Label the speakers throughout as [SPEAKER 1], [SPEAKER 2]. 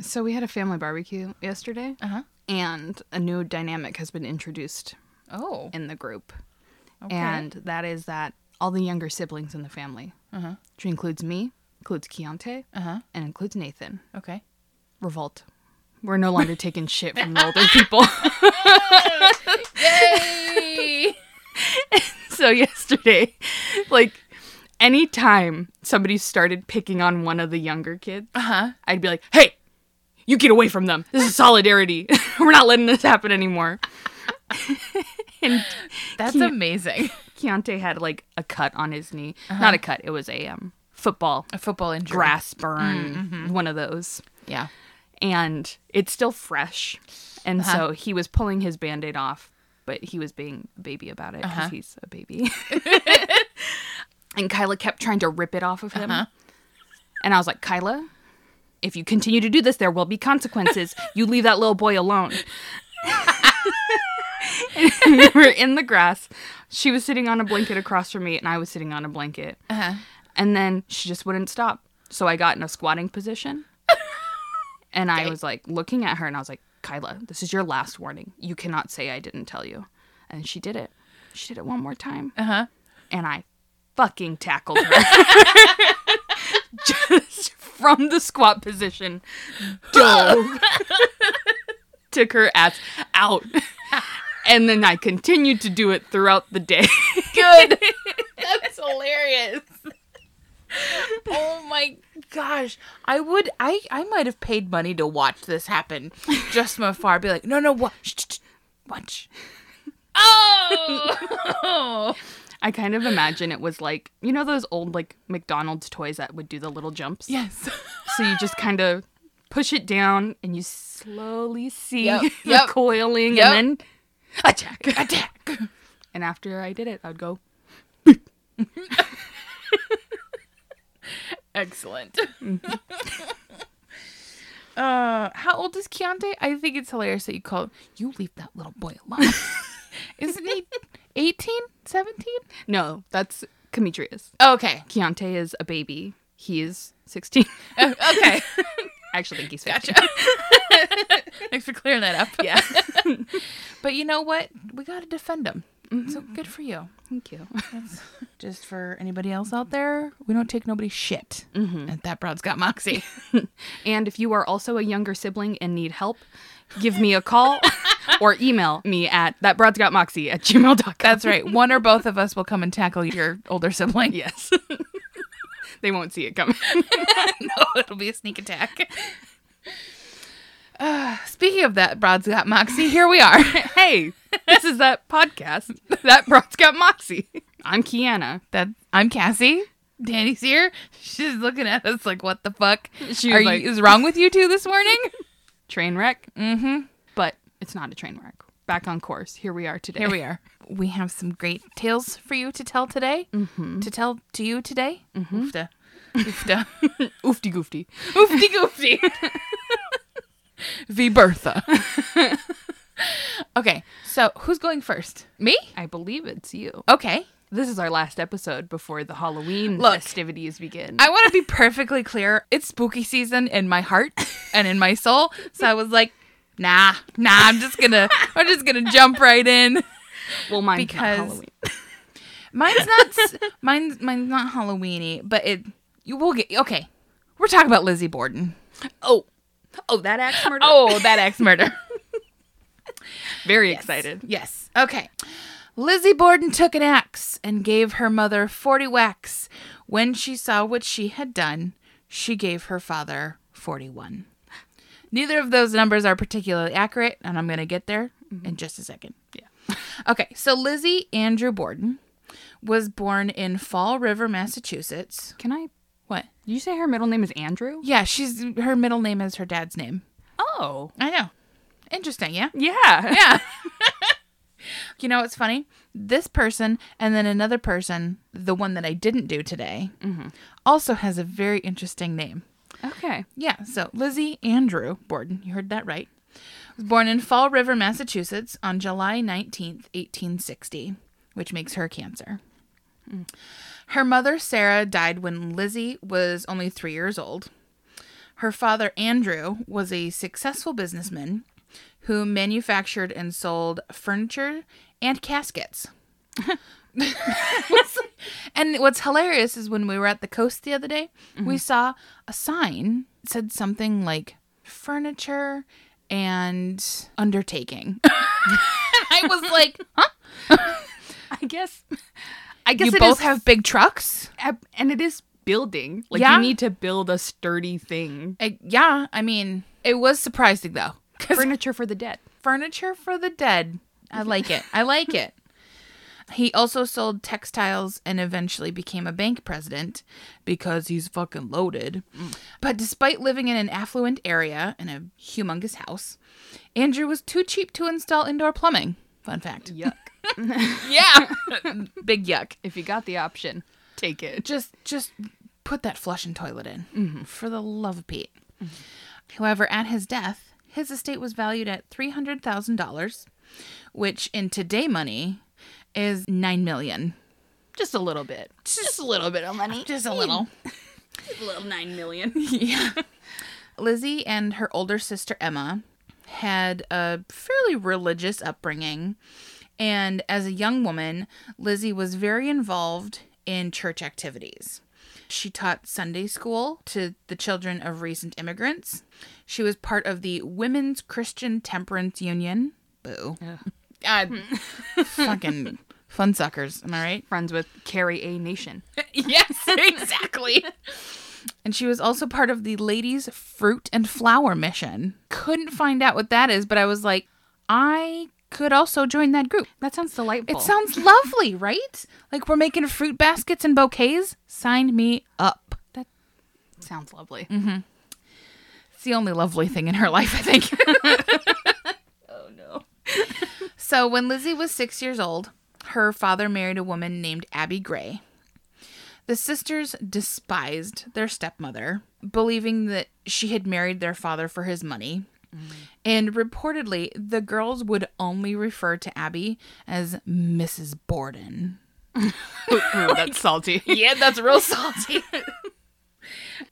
[SPEAKER 1] So we had a family barbecue yesterday,
[SPEAKER 2] Uh-huh.
[SPEAKER 1] and a new dynamic has been introduced
[SPEAKER 2] Oh.
[SPEAKER 1] in the group,
[SPEAKER 2] Okay.
[SPEAKER 1] and that is that all the younger siblings in the family, uh-huh. which includes me, includes Keontae,
[SPEAKER 2] Uh-huh.
[SPEAKER 1] and includes Nathan,
[SPEAKER 2] Okay.
[SPEAKER 1] revolt. We're no longer taking shit from the older people.
[SPEAKER 2] Yay!
[SPEAKER 1] so yesterday, like anytime somebody started picking on one of the younger kids,
[SPEAKER 2] uh-huh.
[SPEAKER 1] I'd be like, "Hey, you get away from them. This is solidarity. We're not letting this happen anymore." and
[SPEAKER 2] That's
[SPEAKER 1] Cute.
[SPEAKER 2] amazing.
[SPEAKER 1] Keontae had like a cut on his knee. Not a cut. It was a um, football
[SPEAKER 2] A football injury.
[SPEAKER 1] grass burn, one of those.
[SPEAKER 2] Yeah.
[SPEAKER 1] And it's still fresh. And so he was pulling his band aid off, but he was being a baby about it because he's a baby. and Kyla kept trying to rip it off of him. And I was like, Kyla, if you continue to do this, there will be consequences. you leave that little boy alone. And we were in the grass. She was sitting on a blanket across from me, and I was sitting on a blanket.
[SPEAKER 2] Uh-huh.
[SPEAKER 1] And then she just wouldn't stop. So I got in a squatting position. and I was like looking at her and I was like, Kyla, this is your last warning. You cannot say I didn't tell you. And she did it. She did it one more time.
[SPEAKER 2] Uh-huh.
[SPEAKER 1] And I fucking tackled her. just from the squat position, dove. Took her ass out. And then I continued to do it throughout the day.
[SPEAKER 2] Good. That's hilarious. Oh my gosh. I would I I might have paid money to watch this happen just from afar. Be like, "No, no, watch. Shh, shh, shh. Watch." Oh.
[SPEAKER 1] I kind of imagine it was like you know those old like McDonald's toys that would do the little jumps.
[SPEAKER 2] yes.
[SPEAKER 1] So you just kind of push it down and you slowly see
[SPEAKER 2] Yep,
[SPEAKER 1] the
[SPEAKER 2] yep,
[SPEAKER 1] coiling
[SPEAKER 2] yep.
[SPEAKER 1] and then attack,
[SPEAKER 2] Attack.
[SPEAKER 1] And after I did it, I'd go.
[SPEAKER 2] Excellent. uh, how old is Keontae? I think it's hilarious that you call him, you leave that little boy alone. Isn't he 18? 17?
[SPEAKER 1] No, that's Demetrius.
[SPEAKER 2] Okay.
[SPEAKER 1] Keontae is a baby. He is sixteen.
[SPEAKER 2] Oh, okay.
[SPEAKER 1] I actually think he's fifteen.
[SPEAKER 2] Thanks for clearing that up.
[SPEAKER 1] Yeah.
[SPEAKER 2] But you know what? We got to defend him. So good for you.
[SPEAKER 1] Thank you.
[SPEAKER 2] Just for anybody else out there, we don't take nobody's shit. And that broad's got moxie.
[SPEAKER 1] And if you are also a younger sibling and need help, give me a call or email me at thatbroadsgotmoxie at gmail.com.
[SPEAKER 2] That's right. One or both of us will come and tackle your older sibling.
[SPEAKER 1] Yes. they won't see it coming.
[SPEAKER 2] no, it'll be a sneak attack. Uh, speaking of that, Broad's got Moxie. Here we are.
[SPEAKER 1] hey, this is that podcast that brought Scott Moxie. I'm Kiana.
[SPEAKER 2] That I'm Cassie. Danny's here. She's looking at us like, "What the fuck?
[SPEAKER 1] She
[SPEAKER 2] are
[SPEAKER 1] was like-
[SPEAKER 2] you, is wrong with you two this morning?"
[SPEAKER 1] Train wreck. Mm-hmm. But it's not a train wreck. Back on course. Here we are today.
[SPEAKER 2] here we are. We have some great tales for you to tell today. Mm-hmm. To tell to you today.
[SPEAKER 1] Mm-hmm.
[SPEAKER 2] Oofda, oofda,
[SPEAKER 1] Oofty goofty.
[SPEAKER 2] oofty goofty. v Bertha. okay, so who's going first? Me?
[SPEAKER 1] I believe it's you.
[SPEAKER 2] Okay.
[SPEAKER 1] This is our last episode before the Halloween
[SPEAKER 2] Look.
[SPEAKER 1] festivities begin.
[SPEAKER 2] I want to be perfectly clear. It's spooky season in my heart and in my soul. So I was like, nah, nah, I'm just going to I'm just going to jump right in.
[SPEAKER 1] well, mine's not
[SPEAKER 2] because-
[SPEAKER 1] Halloween.
[SPEAKER 2] Mine's not s- mine's mine's not Halloweeny, but it you will get Okay. We're talking about Lizzie Borden.
[SPEAKER 1] Oh, oh, that axe murder.
[SPEAKER 2] Oh, that axe murder.
[SPEAKER 1] very excited.
[SPEAKER 2] Yes. Okay. Lizzie Borden took an axe and gave her mother 40 whacks. When she saw what she had done, she gave her father 41. Neither of those numbers are particularly accurate, and I'm going to get there in just a second. Mm-hmm. Yeah. okay. So Lizzie Andrew Borden was born in Fall River, Massachusetts.
[SPEAKER 1] Can I?
[SPEAKER 2] What?
[SPEAKER 1] Did you say her middle name is Andrew?
[SPEAKER 2] Yeah, she's her middle name is her dad's name.
[SPEAKER 1] Oh,
[SPEAKER 2] I know. Interesting, yeah?
[SPEAKER 1] yeah.
[SPEAKER 2] Yeah. you know what's funny? This person and then another person, the one that I didn't do today, also has a very interesting name.
[SPEAKER 1] Okay.
[SPEAKER 2] Yeah, so Lizzie Andrew Borden, you heard that right, was born in Fall River, Massachusetts on July 19th, 1860, which makes her cancer. Her mother, Sarah, died when Lizzie was only three years old. Her father, Andrew, was a successful businessman who manufactured and sold furniture and caskets. and what's hilarious is when we were at the coast the other day, we saw a sign that said something like furniture and undertaking. And I was like, huh?
[SPEAKER 1] I guess. I guess
[SPEAKER 2] You
[SPEAKER 1] it is
[SPEAKER 2] both have big trucks?
[SPEAKER 1] ab- and it is building. Like
[SPEAKER 2] Yeah.
[SPEAKER 1] you need to build a sturdy thing.
[SPEAKER 2] I, yeah, I mean, it was surprising though. 'Cause
[SPEAKER 1] Furniture for the dead.
[SPEAKER 2] furniture for the dead. I like it. I like it. He also sold textiles and eventually became a bank president because he's fucking loaded. But despite living in an affluent area and a humongous house, Andrew was too cheap to install indoor plumbing. Fun fact.
[SPEAKER 1] Yuck.
[SPEAKER 2] Yeah. Big yuck.
[SPEAKER 1] if you got the option, take it.
[SPEAKER 2] Just just put that flushing toilet in. For the love of Pete. However, at his death, his estate was valued at three hundred thousand dollars, which in today money is nine million.
[SPEAKER 1] Just a little bit. Just, a little bit of money.
[SPEAKER 2] Just a little.
[SPEAKER 1] a little nine million.
[SPEAKER 2] Lizzie and her older sister Emma had a fairly religious upbringing, and as a young woman, Lizzie was very involved in church activities. She taught Sunday school to the children of recent immigrants. She was part of the Women's Christian Temperance Union. Boo. God. Fucking fun suckers. Am I right?
[SPEAKER 1] Friends with Carrie A Nation.
[SPEAKER 2] yes, exactly. and she was also part of the Ladies Fruit and Flower Mission. Couldn't find out what that is, but I was like, I could also join that group.
[SPEAKER 1] That sounds delightful.
[SPEAKER 2] It sounds lovely, right? Like we're making fruit baskets and bouquets. Sign me up.
[SPEAKER 1] that sounds lovely.
[SPEAKER 2] Mm-hmm. It's the only lovely thing in her life, I think. oh no.
[SPEAKER 1] Oh,
[SPEAKER 2] so when Lizzie was six years old, her father married a woman named Abby Gray. The sisters despised their stepmother, believing that she had married their father for his money. And reportedly, the girls would only refer to Abby as Mrs. Borden.
[SPEAKER 1] Ooh, that's salty.
[SPEAKER 2] Oh, Yeah, that's real salty.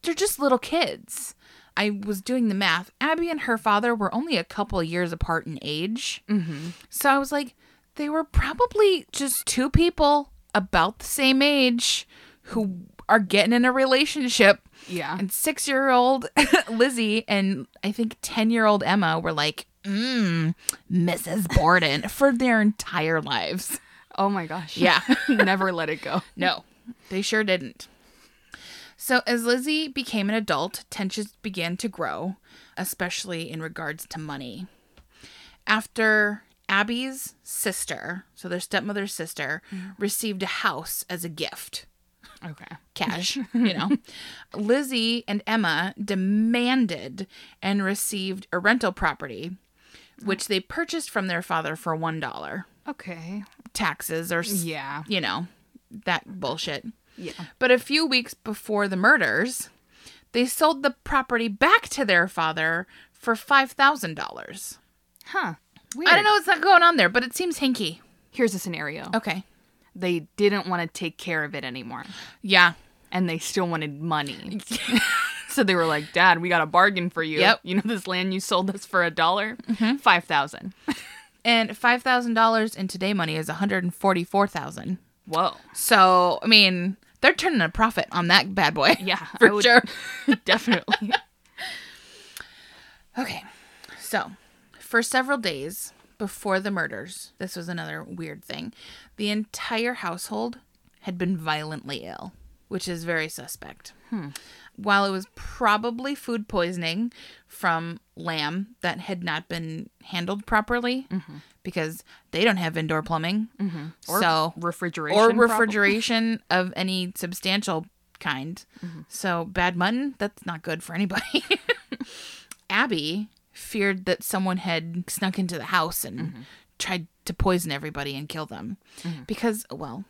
[SPEAKER 2] They're just little kids. I was doing the math. Abby and her father were only a couple of years apart in age. Mm-hmm. So I was like, they were probably just two people about the same age who are getting in a relationship.
[SPEAKER 1] Yeah.
[SPEAKER 2] And six year old Lizzie and I think 10 year old Emma were like, mm, Mrs. Borden for their entire lives.
[SPEAKER 1] Oh my gosh.
[SPEAKER 2] Yeah.
[SPEAKER 1] Never let it go.
[SPEAKER 2] No, they sure didn't. So, as Lizzie became an adult, tensions began to grow, especially in regards to money. After Abby's sister, so their stepmother's sister, received a house as a gift,
[SPEAKER 1] Okay.
[SPEAKER 2] cash, you know, Lizzie and Emma demanded and received a rental property, which they purchased from their father for $1.
[SPEAKER 1] Okay.
[SPEAKER 2] Taxes or, s-
[SPEAKER 1] Yeah.
[SPEAKER 2] you know, that bullshit.
[SPEAKER 1] Yeah.
[SPEAKER 2] But a few weeks before the murders, they sold the property back to their father for $5,000.
[SPEAKER 1] Huh. Weird.
[SPEAKER 2] I don't know what's not going on there, but it seems hinky.
[SPEAKER 1] Here's a scenario.
[SPEAKER 2] Okay.
[SPEAKER 1] They didn't want to take care of it anymore,
[SPEAKER 2] Yeah.
[SPEAKER 1] and they still wanted money. so they were like, "Dad, we got a bargain for you.
[SPEAKER 2] Yep. Mm-hmm.
[SPEAKER 1] You know this land you sold us for a dollar, five thousand.
[SPEAKER 2] And $5,000 in today money is 144,000.
[SPEAKER 1] Whoa.
[SPEAKER 2] So, I mean, they're turning a profit on that bad boy.
[SPEAKER 1] Yeah,
[SPEAKER 2] For
[SPEAKER 1] I would-
[SPEAKER 2] sure.
[SPEAKER 1] Definitely.
[SPEAKER 2] Okay. So, for several days before the murders, this was another weird thing. The entire household had been violently ill, which is very suspect. While it was probably food poisoning from lamb that had not been handled properly because they don't have indoor plumbing.
[SPEAKER 1] Or
[SPEAKER 2] so,
[SPEAKER 1] refrigeration.
[SPEAKER 2] or
[SPEAKER 1] prob-
[SPEAKER 2] refrigeration of any substantial kind.
[SPEAKER 1] Mm-hmm.
[SPEAKER 2] So bad mutton, that's not good for anybody. Abby feared that someone had snuck into the house and
[SPEAKER 1] Mm-hmm.
[SPEAKER 2] tried to poison everybody and kill them because, well,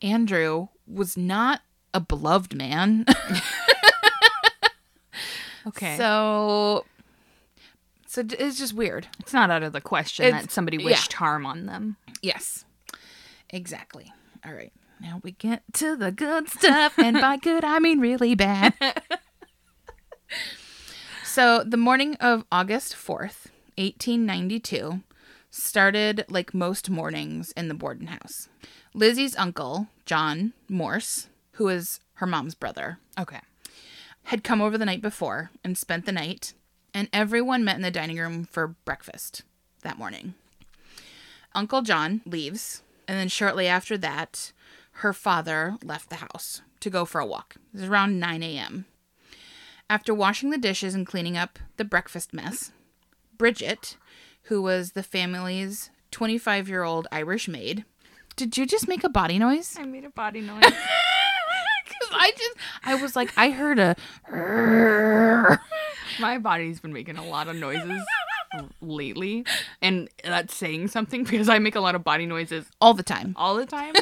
[SPEAKER 2] Andrew was not a beloved man.
[SPEAKER 1] Okay.
[SPEAKER 2] so. So d- it's just weird.
[SPEAKER 1] it's not out of the question
[SPEAKER 2] It's-
[SPEAKER 1] that somebody
[SPEAKER 2] yeah.
[SPEAKER 1] wished harm on them.
[SPEAKER 2] Yes. Exactly. All right. Now we get to the good stuff, and by good, I mean really bad. So the morning of August 4th, 1892, started like most mornings in the Borden house. Lizzie's uncle, John Morse, who is her mom's brother,
[SPEAKER 1] Okay.
[SPEAKER 2] had come over the night before and spent the night, and everyone met in the dining room for breakfast that morning. Uncle John leaves, and then shortly after that, her father left the house to go for a walk. It was around 9 a.m. After washing the dishes and cleaning up the breakfast mess, Bridget, who was the family's 25 year old Irish maid, did you just make a body noise?
[SPEAKER 1] I made a body noise.
[SPEAKER 2] 'Cause I just, I was like, I heard a.
[SPEAKER 1] My body's been making a lot of noises lately, and that's saying something because I make a lot of body noises
[SPEAKER 2] all the time.
[SPEAKER 1] all the time.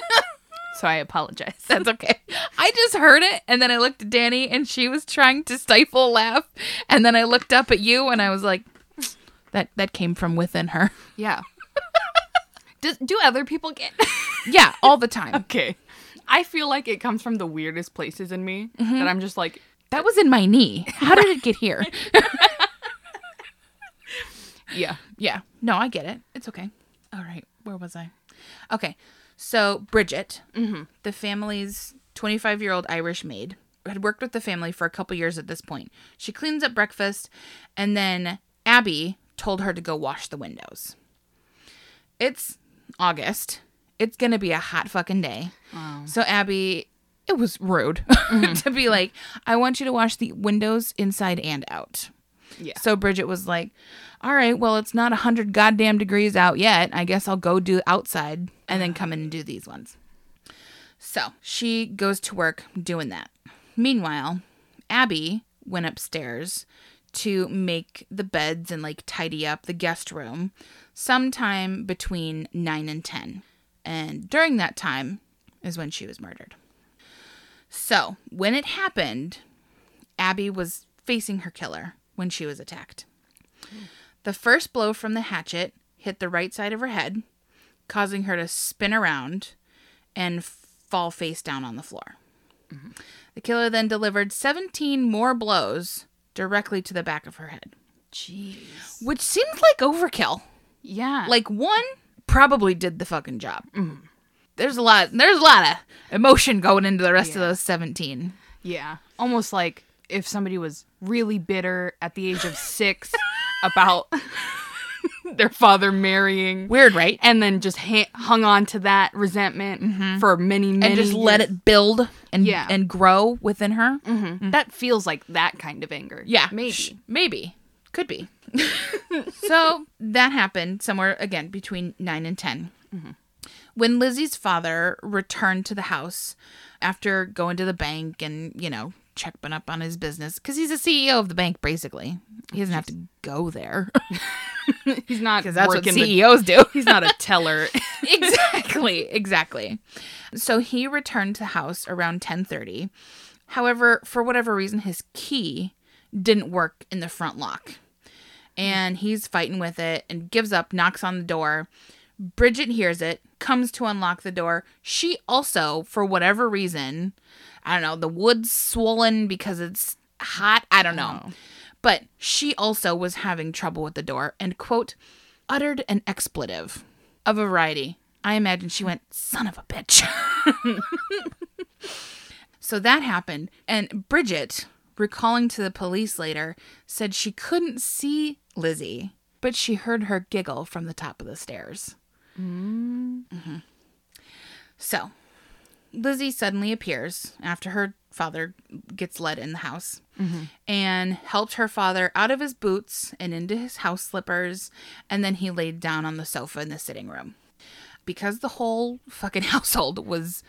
[SPEAKER 1] so I apologize.
[SPEAKER 2] That's okay. I just heard it and then I looked at Danny and she was trying to stifle a laugh and then I looked up at you and I was like that that came from within her.
[SPEAKER 1] Yeah. Does, do other people get?
[SPEAKER 2] Yeah, all the time.
[SPEAKER 1] okay. I feel like it comes from the weirdest places in me that I'm just like,
[SPEAKER 2] That was in my knee. How did it get here?
[SPEAKER 1] yeah.
[SPEAKER 2] Yeah. No, I get it. It's okay. All right. Where was I? Okay. So, Bridget, the family's 25 year old Irish maid, had worked with the family for a couple years at this point. She cleans up breakfast, and then Abby told her to go wash the windows. It's August. It's going to be a hot fucking day. So, Abby, it was rude to be like, I want you to wash the windows inside and out.
[SPEAKER 1] Yeah.
[SPEAKER 2] So Bridget was like, "All right, well, it's not 100 goddamn degrees out yet. I guess I'll go do outside and then come in and do these ones." So, she goes to work doing that. Meanwhile, Abby went upstairs to make the beds and like tidy up the guest room sometime between 9 and 10. And during that time is when she was murdered. So, when it happened, Abby was facing her killer when she was attacked. The first blow from the hatchet hit the right side of her head, causing her to spin around and fall face down on the floor. The killer then delivered 17 more blows directly to the back of her head,
[SPEAKER 1] Jeez.
[SPEAKER 2] which seems like overkill.
[SPEAKER 1] Yeah.
[SPEAKER 2] Like one probably did the fucking job. There's a lot there's a lot of emotion going into the rest of those 17.
[SPEAKER 1] Yeah. Almost like if somebody was really bitter at the age of six about their father marrying.
[SPEAKER 2] Weird, right?
[SPEAKER 1] And then just ha- hung on to that resentment for many, many
[SPEAKER 2] and just let
[SPEAKER 1] years.
[SPEAKER 2] it build and
[SPEAKER 1] Yeah.
[SPEAKER 2] and grow within her.
[SPEAKER 1] That feels like that kind of anger.
[SPEAKER 2] Yeah,
[SPEAKER 1] Maybe.
[SPEAKER 2] sh- maybe, could be. so that happened somewhere again between nine and 10 When Lizzie's father returned to the house after going to the bank and you know checking up on his business because he's a CEO of the bank basically, he doesn't have to go there
[SPEAKER 1] He's not
[SPEAKER 2] because that's what
[SPEAKER 1] working the-
[SPEAKER 2] CEOs do.
[SPEAKER 1] He's not a teller.
[SPEAKER 2] exactly exactly so he returned to the house around 10.30 however for whatever reason his key didn't work in the front lock and he's fighting with it and gives up knocks on the door bridget hears it comes to unlock the door she also for whatever reason i don't know the wood's swollen because it's hot i don't know but she also was having trouble with the door and quote uttered an expletive of a variety i imagine she went son of a bitch so that happened. And Bridget, recalling to the police later, said she couldn't see Lizzie, but she heard her giggle from the top of the stairs. Mhm. So Lizzie suddenly appears after her father gets let in the house
[SPEAKER 1] Mm-hmm.
[SPEAKER 2] and helped her father out of his boots and into his house slippers. And then he laid down on the sofa in the sitting room. Because the whole fucking household was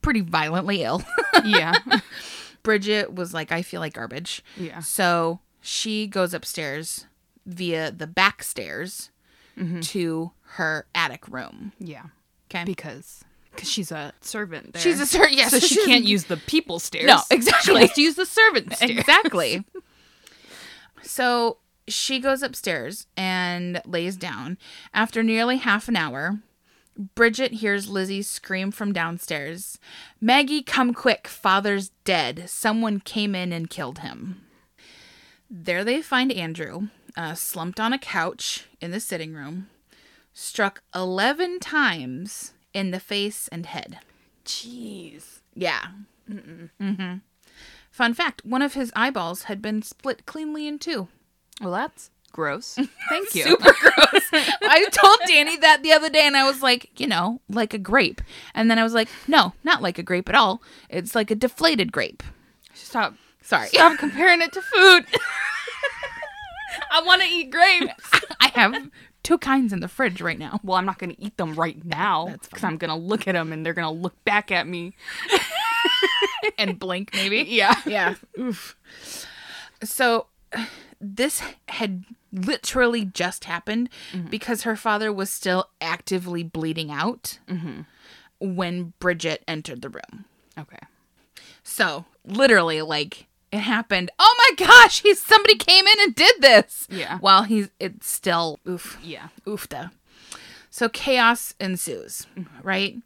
[SPEAKER 2] pretty violently ill.
[SPEAKER 1] yeah.
[SPEAKER 2] Bridget was like, I feel like garbage.
[SPEAKER 1] Yeah.
[SPEAKER 2] So she goes upstairs via the back stairs
[SPEAKER 1] Mm-hmm.
[SPEAKER 2] to her attic room.
[SPEAKER 1] Yeah.
[SPEAKER 2] Okay.
[SPEAKER 1] Because cause she's a servant there.
[SPEAKER 2] she's a certain yes,
[SPEAKER 1] so she can't
[SPEAKER 2] use
[SPEAKER 1] use the people stairs.
[SPEAKER 2] No, exactly.
[SPEAKER 1] She has to use the servant stairs.
[SPEAKER 2] exactly. so she goes upstairs and lays down. After nearly half an hour, Bridget hears Lizzie scream from downstairs, Maggie, come quick. Father's dead. Someone came in and killed him. There they find Andrew uh, slumped on a couch in the sitting room, struck 11 times in the face and head.
[SPEAKER 1] Jeez.
[SPEAKER 2] Yeah. Mm-mm. hmm Fun fact one of his eyeballs had been split cleanly in two.
[SPEAKER 1] Well, that's gross. Thank you.
[SPEAKER 2] Super gross. I told Danny that the other day, and I was like, you know, like a grape. And then I was like, no, not like a grape at all. It's like a deflated grape.
[SPEAKER 1] Stop.
[SPEAKER 2] Sorry.
[SPEAKER 1] Stop comparing it to food. I want to eat grapes.
[SPEAKER 2] I have two kinds in the fridge right now.
[SPEAKER 1] Well, I'm not going to eat them right now
[SPEAKER 2] that's
[SPEAKER 1] because I'm going to look at them and they're going to look back at me.
[SPEAKER 2] And blink, maybe.
[SPEAKER 1] Yeah.
[SPEAKER 2] yeah. Oof. So this had literally just happened because her father was still actively bleeding out when Bridget entered the room.
[SPEAKER 1] Okay.
[SPEAKER 2] So literally, like it happened. Oh my gosh! He's somebody came in and did this.
[SPEAKER 1] Yeah.
[SPEAKER 2] While he's it's still oof
[SPEAKER 1] Yeah.
[SPEAKER 2] oofta. So chaos ensues, right?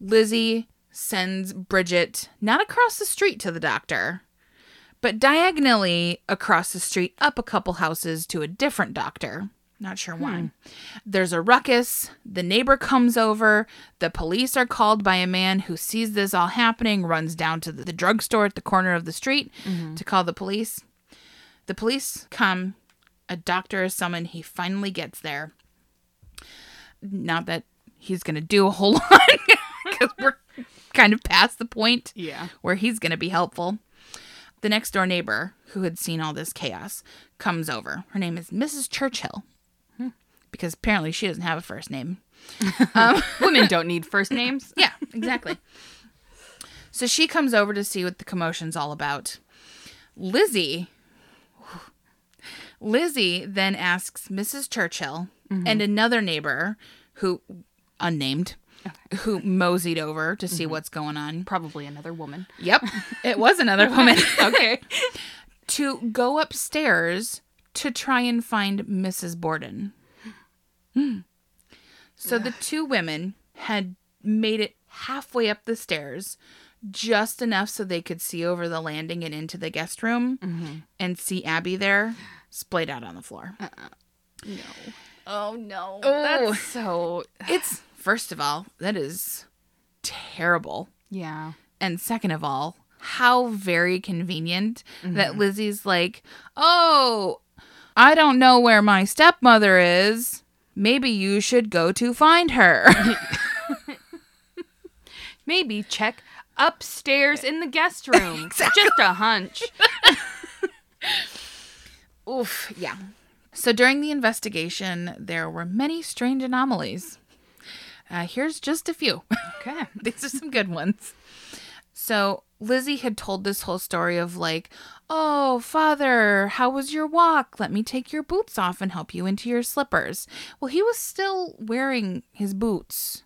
[SPEAKER 2] Lizzie sends Bridget not across the street to the doctor, but diagonally across the street up a couple houses to a different doctor. Not sure why. There's a ruckus. The neighbor comes over. The police are called by a man who sees this all happening, runs down to the the drugstore at the corner of the street to call the police. The police come. A doctor is summoned. He finally gets there. Not that he's going to do a whole lot because we're kind of past the point
[SPEAKER 1] Yeah.
[SPEAKER 2] where he's going to be helpful. The next door neighbor, who had seen all this chaos, comes over. Her name is Mrs. Churchill Hmm. because apparently she doesn't have a first name.
[SPEAKER 1] Women don't need first names.
[SPEAKER 2] Yeah, exactly. so she comes over to see what the commotion's all about. Lizzie Lizzie then asks Mrs. Churchill and another neighbor who unnamed who moseyed over to see what's going on.
[SPEAKER 1] Probably another woman.
[SPEAKER 2] Yep. It was another woman
[SPEAKER 1] Okay.
[SPEAKER 2] to go upstairs to try and find Mrs. Borden. Hmm. So the two women had made it halfway up the stairs, just enough so they could see over the landing and into the guest room and see Abby there splayed out on the floor.
[SPEAKER 1] Oh no.
[SPEAKER 2] That's
[SPEAKER 1] That's so
[SPEAKER 2] It's, first of all, that is terrible.
[SPEAKER 1] Yeah.
[SPEAKER 2] And second of all, how very convenient that Lizzie's like, oh, I don't know where my stepmother is. Maybe you should go to find her.
[SPEAKER 1] Maybe check upstairs in the guest room. Just a hunch.
[SPEAKER 2] Oof, yeah. So during the investigation, there were many strange anomalies. Uh, here's just a few.
[SPEAKER 1] Okay.
[SPEAKER 2] These are some good ones. So Lizzie had told this whole story of like, oh, father, how was your walk? Let me take your boots off and help you into your slippers. Well, he was still wearing his boots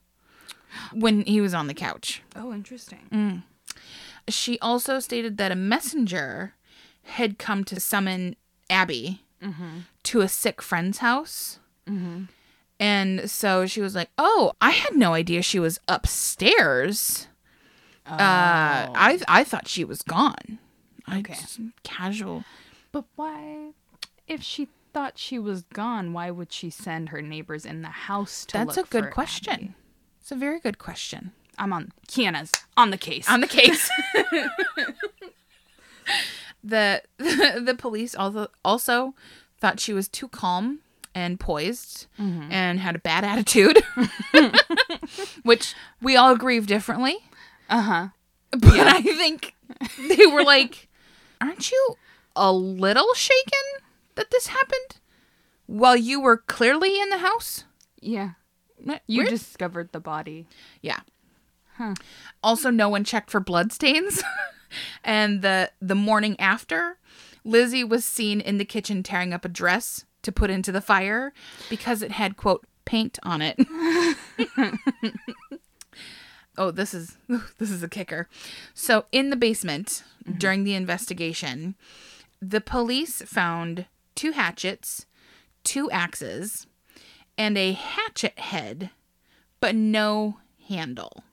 [SPEAKER 2] when he was on the couch.
[SPEAKER 1] Oh, interesting.
[SPEAKER 2] She also stated that a messenger had come to summon Abby to a sick friend's house. And so she was like, "Oh, I had no idea she was upstairs. Uh, I I thought she was gone. I
[SPEAKER 1] Okay.
[SPEAKER 2] just- casual.
[SPEAKER 1] But why if she thought she was gone, why would she send her neighbors in the house to
[SPEAKER 2] That's a
[SPEAKER 1] look
[SPEAKER 2] good
[SPEAKER 1] for
[SPEAKER 2] question.
[SPEAKER 1] Abby?
[SPEAKER 2] It's a very good question.
[SPEAKER 1] I'm on Kiana's on the case.
[SPEAKER 2] on the case. the, the police also also thought she was too calm and poised and had a bad attitude, which we all grieve differently.
[SPEAKER 1] uh-huh.
[SPEAKER 2] But I think they were like, "Aren't you a little shaken that this happened while you were clearly in the house?"
[SPEAKER 1] Yeah. You
[SPEAKER 2] Weird.
[SPEAKER 1] discovered the body.
[SPEAKER 2] Yeah. Also, no one checked for bloodstains. and the the morning after, Lizzie was seen in the kitchen tearing up a dress to put into the fire because it had quote paint on it. oh, this is this is a kicker. So, in the basement during the investigation, the police found two hatchets, two axes, and a hatchet head but no handle.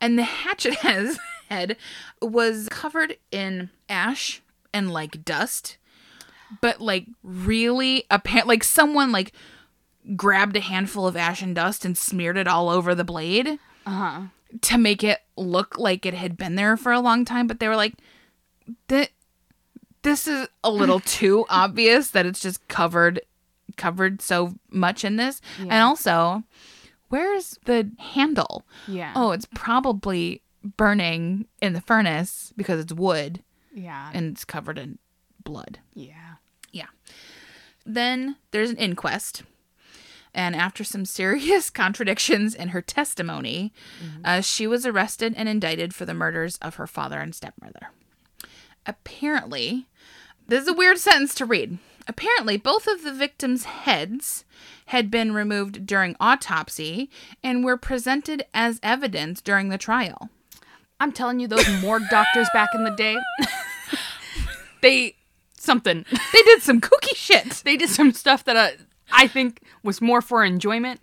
[SPEAKER 2] And the hatchet has- head was covered in ash and like dust, but like really apparent like someone like grabbed a handful of ash and dust and smeared it all over the blade
[SPEAKER 1] Uh-huh.
[SPEAKER 2] to make it look like it had been there for a long time but they were like that this is a little too obvious that it's just covered covered so much in this and
[SPEAKER 1] Yeah.
[SPEAKER 2] also where's the handle
[SPEAKER 1] Yeah.
[SPEAKER 2] oh it's probably burning in the furnace because it's wood
[SPEAKER 1] yeah.
[SPEAKER 2] and it's covered in blood
[SPEAKER 1] yeah.
[SPEAKER 2] yeah. Then there's an inquest. And after some serious contradictions in her testimony, uh, she was arrested and indicted for the murders of her father and stepmother. Apparently, this is a weird sentence to read. Apparently, both of the victims' heads had been removed during autopsy and were presented as evidence during the trial.
[SPEAKER 1] I'm telling you, those morgue doctors back in the day, they something.
[SPEAKER 2] They did some kooky shit,
[SPEAKER 1] They did some stuff that I, I think was more for enjoyment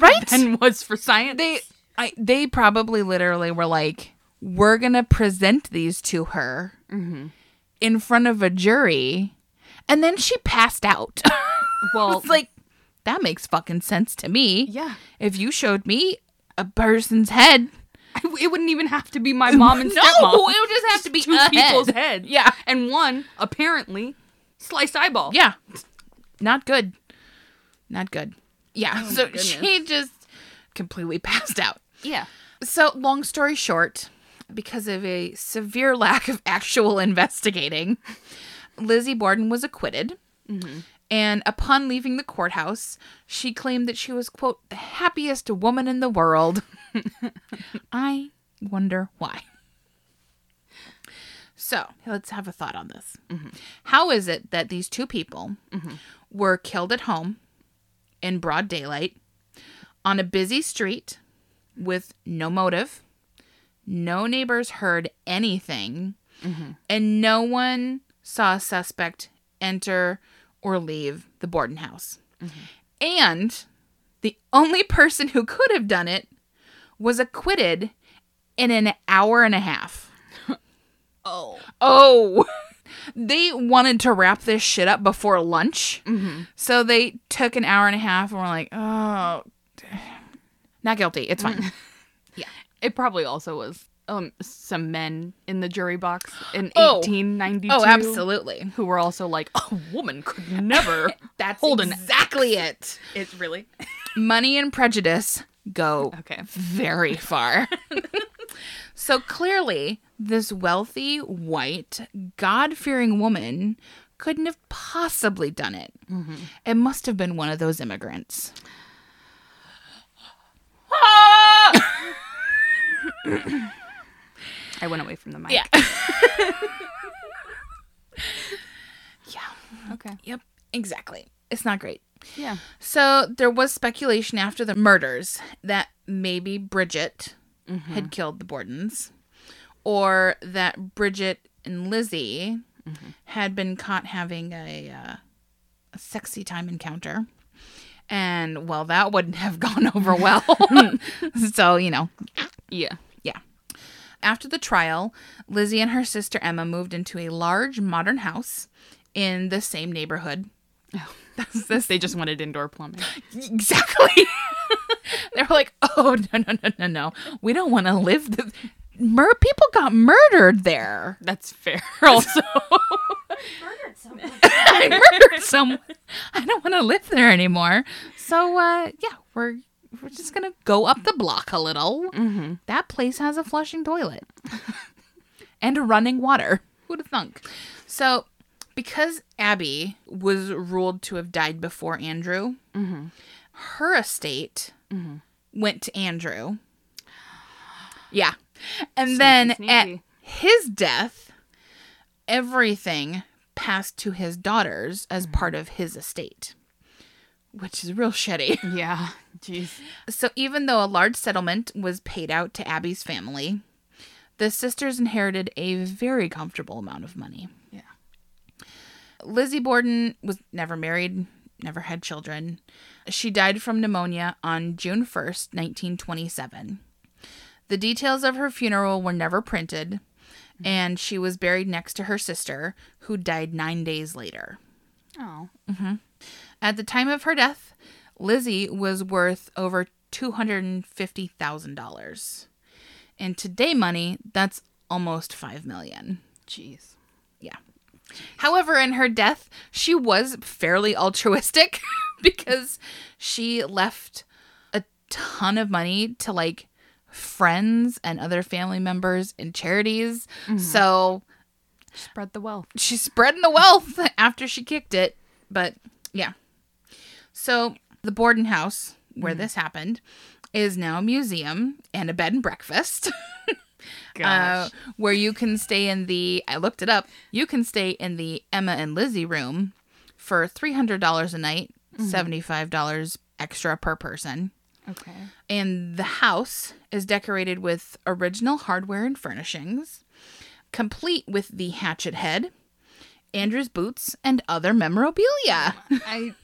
[SPEAKER 2] right?
[SPEAKER 1] than was for science.
[SPEAKER 2] they I, they probably literally were like we're gonna present these to her
[SPEAKER 1] Mm-hmm.
[SPEAKER 2] in front of a jury and then she passed out
[SPEAKER 1] well,
[SPEAKER 2] it's like that makes fucking sense to me
[SPEAKER 1] Yeah.
[SPEAKER 2] if you showed me a person's head
[SPEAKER 1] it wouldn't even have to be my mom and
[SPEAKER 2] no
[SPEAKER 1] stepmom.
[SPEAKER 2] it would just have to be
[SPEAKER 1] two
[SPEAKER 2] a
[SPEAKER 1] people's
[SPEAKER 2] head.
[SPEAKER 1] head.
[SPEAKER 2] Yeah.
[SPEAKER 1] And one, apparently, sliced eyeball.
[SPEAKER 2] yeah not good not good yeah
[SPEAKER 1] Oh,
[SPEAKER 2] so she just completely passed out
[SPEAKER 1] Yeah.
[SPEAKER 2] So, long story short, because of a severe lack of actual investigating, Lizzie Borden was acquitted. And upon leaving the courthouse, she claimed that she was, quote, the happiest woman in the world. I wonder why. So, let's have a thought on this. How is it that these two people were killed at home in broad daylight on a busy street? with no motive. No neighbors heard anything, and no one saw a suspect enter or leave the Borden house. And the only person who could have done it was acquitted in an hour and a half.
[SPEAKER 1] Oh.
[SPEAKER 2] Oh, they wanted to wrap this shit up before lunch. So they took an hour and a half and were like, oh, not guilty. It's fine.
[SPEAKER 1] It probably also was um some men in the jury box in
[SPEAKER 2] Oh.
[SPEAKER 1] 1892.
[SPEAKER 2] oh, absolutely.
[SPEAKER 1] Who were also like, a woman could never.
[SPEAKER 2] That's
[SPEAKER 1] Hold an
[SPEAKER 2] exactly it.
[SPEAKER 1] it's really.
[SPEAKER 2] Money and prejudice go
[SPEAKER 1] Okay.
[SPEAKER 2] very far. so clearly, this wealthy, white, God fearing woman couldn't have possibly done it. It must have been one of those immigrants. Ah!
[SPEAKER 1] I went away from the mic.
[SPEAKER 2] Yeah.
[SPEAKER 1] Okay.
[SPEAKER 2] Yep, exactly. It's not great.
[SPEAKER 1] Yeah.
[SPEAKER 2] So there was speculation after the murders that maybe Bridget had killed the Bordens, or that Bridget and Lizzie had been caught having a, uh, a sexy time encounter. And well, that wouldn't have gone over well. so, you know,
[SPEAKER 1] Yeah.
[SPEAKER 2] yeah. After the trial, Lizzie and her sister Emma moved into a large modern house in the same neighborhood.
[SPEAKER 1] They just wanted indoor plumbing.
[SPEAKER 2] Exactly. they were like, oh, no, no, no, no, no. We don't want to live. This. Mur- people got murdered there.
[SPEAKER 1] That's fair. Also,
[SPEAKER 2] I murdered someone. I don't want to live there anymore. So, uh, yeah, we're we're just gonna go up the block a little. That place has a flushing toilet and running water. Who'd have thunk? So, because Abby was ruled to have died before Andrew, her estate went to Andrew. Yeah, and then
[SPEAKER 1] sneaky.
[SPEAKER 2] at his death everything passed to his daughters as part of his estate, which is real shitty.
[SPEAKER 1] yeah. Jeez.
[SPEAKER 2] So, even though a large settlement was paid out to Abby's family, the sisters inherited a very comfortable amount of money.
[SPEAKER 1] Yeah.
[SPEAKER 2] Lizzie Borden was never married, never had children. She died from pneumonia on June 1st, 1927. The details of her funeral were never printed, and she was buried next to her sister, who died nine days later.
[SPEAKER 1] Oh.
[SPEAKER 2] At the time of her death, Lizzie was worth over $250,000. In today money, that's almost 5 million.
[SPEAKER 1] Jeez.
[SPEAKER 2] Yeah. However, in her death, she was fairly altruistic because she left a ton of money to like friends and other family members and charities. So,
[SPEAKER 1] Spread the wealth.
[SPEAKER 2] she's spreading the wealth after she kicked it. But yeah. So the Borden house where this happened is now a museum and a bed and breakfast uh, where you can stay in the I looked it up. You can stay in the Emma and Lizzie room for $300 a night, $75 extra per person.
[SPEAKER 1] Uh, okay.
[SPEAKER 2] And the house is decorated with original hardware and furnishings, complete with the hatchet head, Andrew's boots, and other memorabilia.
[SPEAKER 1] I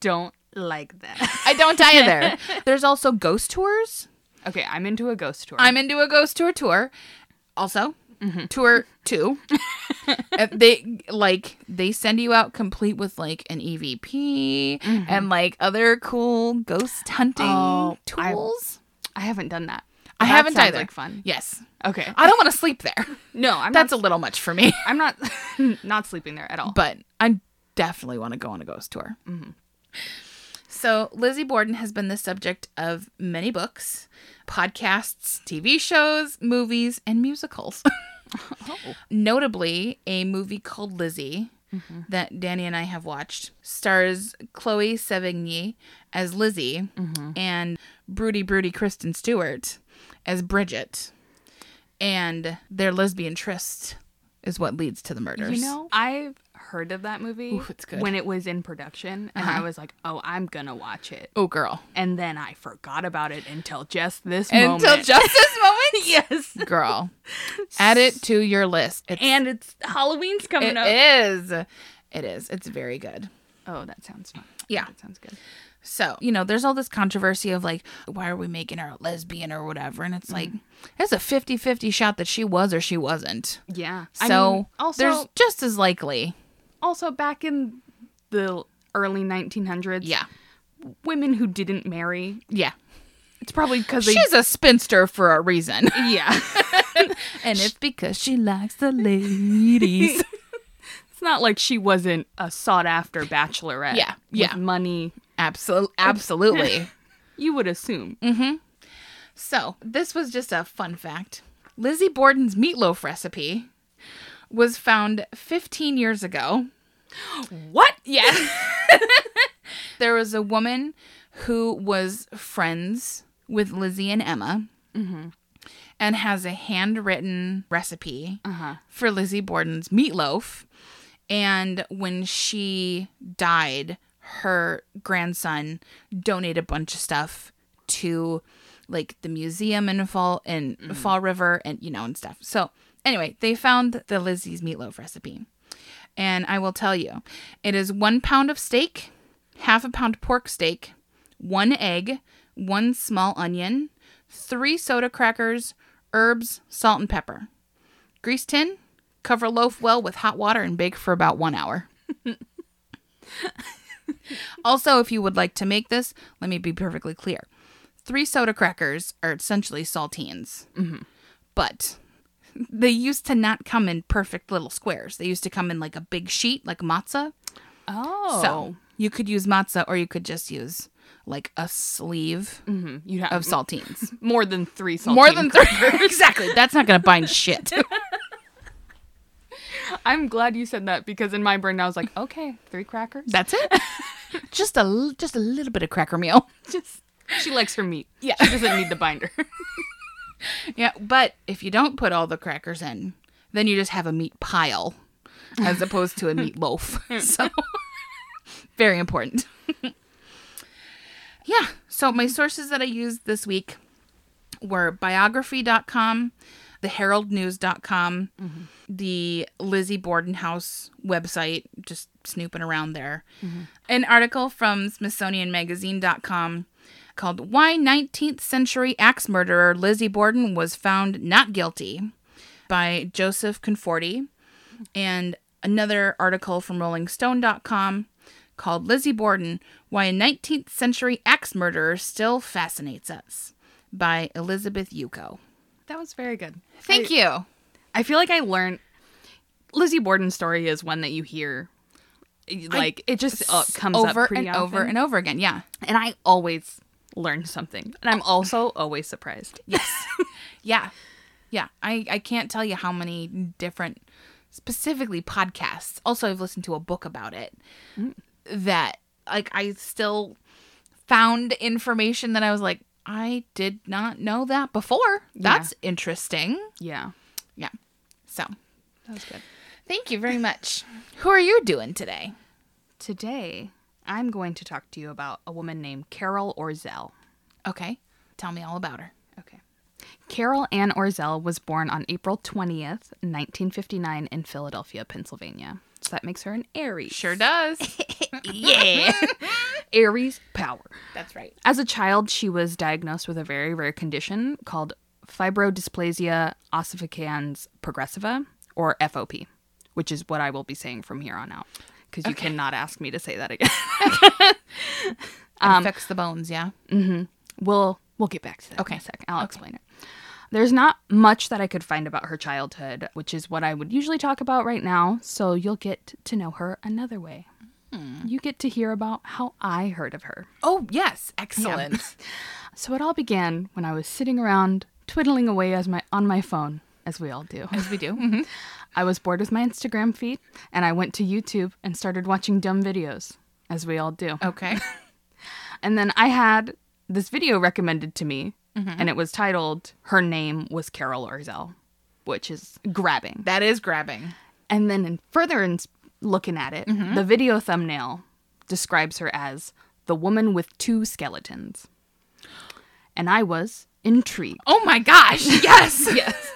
[SPEAKER 1] don't like that.
[SPEAKER 2] I don't either. There's also ghost tours.
[SPEAKER 1] Okay, I'm into a ghost tour.
[SPEAKER 2] I'm into a ghost tour tour. Also,
[SPEAKER 1] Mm-hmm.
[SPEAKER 2] tour two. Uh, they like they send you out complete with like an EVP and like other cool ghost hunting
[SPEAKER 1] Mm-hmm. Oh, I-
[SPEAKER 2] tools.
[SPEAKER 1] I haven't done that.
[SPEAKER 2] I,
[SPEAKER 1] That
[SPEAKER 2] haven't
[SPEAKER 1] sounds
[SPEAKER 2] either.
[SPEAKER 1] Like fun.
[SPEAKER 2] Yes.
[SPEAKER 1] Okay.
[SPEAKER 2] I don't want to sleep there.
[SPEAKER 1] no, I'm
[SPEAKER 2] That's
[SPEAKER 1] That's
[SPEAKER 2] a
[SPEAKER 1] not.
[SPEAKER 2] little much for me.
[SPEAKER 1] i I'm not. not sleeping there at all.
[SPEAKER 2] but I definitely want to go on a ghost tour.
[SPEAKER 1] Mm-hmm.
[SPEAKER 2] So, Lizzie Borden has been the subject of many books, podcasts, TV shows, movies, and musicals.
[SPEAKER 1] Oh.
[SPEAKER 2] Notably, a movie called Lizzie
[SPEAKER 1] Mm-hmm.
[SPEAKER 2] that Danny and I have watched stars Chloe Sevigny as Lizzie
[SPEAKER 1] Mm-hmm.
[SPEAKER 2] and broody, broody Kristen Stewart as Bridget. And their lesbian tryst is what leads to the murders.
[SPEAKER 1] You know, I've heard of that movie
[SPEAKER 2] Oof, it's good.
[SPEAKER 1] when it was in production, and I was like, "Oh, I'm gonna watch it,"
[SPEAKER 2] Oh, girl.
[SPEAKER 1] and then I forgot about it until just this moment.
[SPEAKER 2] Until just this moment?
[SPEAKER 1] yes,
[SPEAKER 2] Girl, add it to your list. It's,
[SPEAKER 1] and it's Halloween's coming
[SPEAKER 2] it
[SPEAKER 1] up.
[SPEAKER 2] is. It is. It's very good.
[SPEAKER 1] oh, that sounds fun.
[SPEAKER 2] Yeah.
[SPEAKER 1] that sounds good.
[SPEAKER 2] So, you know, there's all this controversy of like, why are we making her a lesbian or whatever? And it's like, it's a 50 50 shot that she was or she wasn't.
[SPEAKER 1] Yeah. I
[SPEAKER 2] So,
[SPEAKER 1] mean, also,
[SPEAKER 2] there's just as likely.
[SPEAKER 1] also back in the early 1900s,
[SPEAKER 2] Yeah.
[SPEAKER 1] women who didn't marry,
[SPEAKER 2] Yeah.
[SPEAKER 1] it's probably because they.
[SPEAKER 2] She's a spinster for a reason.
[SPEAKER 1] yeah,
[SPEAKER 2] and it's because she likes the ladies.
[SPEAKER 1] it's not like she wasn't a sought after bachelorette.
[SPEAKER 2] Yeah,
[SPEAKER 1] with
[SPEAKER 2] yeah.
[SPEAKER 1] money.
[SPEAKER 2] Absol- absolutely.
[SPEAKER 1] You would assume.
[SPEAKER 2] Mm. So, this was just a fun fact. Lizzie Borden's meatloaf recipe was found 15 years ago.
[SPEAKER 1] What? Yeah.
[SPEAKER 2] There was a woman who was friends with Lizzie and Emma and has a handwritten recipe for Lizzie Borden's meatloaf. And when she died, her grandson donated a bunch of stuff to like the museum in Fall in Fall River and you know and stuff. So anyway, they found the Lizzie's meatloaf recipe. And I will tell you, it is one pound of steak, half a pound pork steak, one egg, one small onion, three soda crackers, herbs, salt, and pepper. Grease tin, cover loaf well with hot water and bake for about one hour. also, if you would like to make this, let me be perfectly clear. Three soda crackers are essentially saltines, but they used to not come in perfect little squares. They used to come in like a big sheet, like matzah.
[SPEAKER 1] Oh.
[SPEAKER 2] So you could use matzah or you could just use like a sleeve
[SPEAKER 1] you Mm-hmm. have
[SPEAKER 2] of saltines.
[SPEAKER 1] more than three saltines.
[SPEAKER 2] More than three. exactly. That's not going to bind shit.
[SPEAKER 1] I'm glad you said that because in my brain I was like, okay, three crackers.
[SPEAKER 2] That's it. just a l- just a little bit of cracker meal.
[SPEAKER 1] Just she likes her meat. Yeah, she doesn't need the binder.
[SPEAKER 2] Yeah, but if you don't put all the crackers in, then you just have a meat pile as opposed to a meat loaf. So very important. yeah, so my sources that I used this week were biography.com, theheraldnews.com, the Lizzie Borden House website, just snooping around there. An article from smithsonianmagazine.com called Why 19th Century Axe Murderer Lizzie Borden Was Found Not Guilty. by Joseph Conforti and another article from RollingStone.com called Lizzie Borden Why a 19th Century Axe Murderer Still Fascinates Us by Elizabeth Yuko.
[SPEAKER 1] That was very good.
[SPEAKER 2] Thank you.
[SPEAKER 1] I feel like I learned Lizzie Borden's story is one that you hear like it just uh, comes
[SPEAKER 2] over
[SPEAKER 1] up pretty
[SPEAKER 2] and over
[SPEAKER 1] often.
[SPEAKER 2] and over again. Yeah.
[SPEAKER 1] and I always learn something. And I'm also always surprised.
[SPEAKER 2] Yes. yeah. Yeah. I, I can't tell you how many different, specifically podcasts. Also, I've listened to a book about it Mm. that, like, I still found information that I was like, I did not know that before. That's interesting.
[SPEAKER 1] Yeah.
[SPEAKER 2] Yeah. So,
[SPEAKER 1] That was good.
[SPEAKER 2] thank you very much. Who are you doing today?
[SPEAKER 1] Today, I'm going to talk to you about a woman named Carol Orzel.
[SPEAKER 2] Okay. Tell me all about her.
[SPEAKER 1] Okay. Carol Ann Orzel was born on April 20th, 1959, in Philadelphia, Pennsylvania. So that makes her an Aries.
[SPEAKER 2] Sure does.
[SPEAKER 1] Yeah. Aries power.
[SPEAKER 2] That's right.
[SPEAKER 1] As a child, she was diagnosed with a very rare condition called fibrodysplasia ossificans progressiva, or FOP, which is what I will be saying from here on out. Because you cannot ask me to say that again.
[SPEAKER 2] It affects the bones, yeah.
[SPEAKER 1] we'll we'll get back to that okay.
[SPEAKER 2] Okay.
[SPEAKER 1] in a sec. I'll explain it. There's not much that I could find about her childhood, which is what I would usually talk about right now. So you'll get to know her another way. You get to hear about how I heard of her.
[SPEAKER 2] Oh, yes. Excellent.
[SPEAKER 1] So it all began when I was sitting around twiddling away as my on my phone, as we all do.
[SPEAKER 2] As we do. Mm-hmm.
[SPEAKER 1] I was bored with my Instagram feed and I went to YouTube and started watching dumb videos, as we all do.
[SPEAKER 2] Okay.
[SPEAKER 1] And then I had this video recommended to me
[SPEAKER 2] Mm-hmm.
[SPEAKER 1] and it was titled Her Name Was Carol Orzel, which is grabbing.
[SPEAKER 2] That is grabbing.
[SPEAKER 1] And then in further in looking at it,
[SPEAKER 2] Mm-hmm.
[SPEAKER 1] the video thumbnail describes her as the woman with two skeletons. And I was intrigued.
[SPEAKER 2] Oh my gosh. Yes. yes.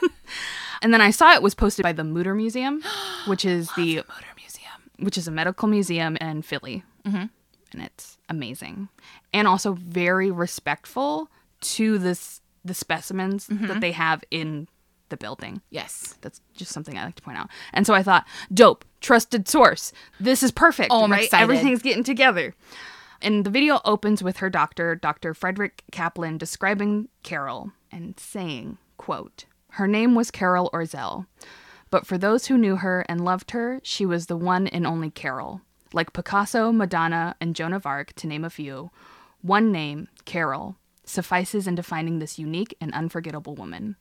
[SPEAKER 1] And then I saw it was posted by the Mutter Museum, which is the
[SPEAKER 2] Motor Museum.
[SPEAKER 1] which is a medical museum in Philly. Mm-hmm. And it's amazing. And also very respectful to this the specimens
[SPEAKER 2] Mm-hmm.
[SPEAKER 1] that they have in the building.
[SPEAKER 2] Yes.
[SPEAKER 1] That's just something I like to point out. And so I thought, dope, trusted source. This is perfect.
[SPEAKER 2] Oh, I'm
[SPEAKER 1] right?
[SPEAKER 2] excited.
[SPEAKER 1] Everything's getting together. And the video opens with her doctor, Dr. Frederick Kaplan, describing Carol and saying, quote, her name was Carol Orzel. But for those who knew her and loved her, she was the one and only Carol. Like Picasso, Madonna, and Joan of Arc, to name a few, one name, Carol, suffices in defining this unique and unforgettable woman.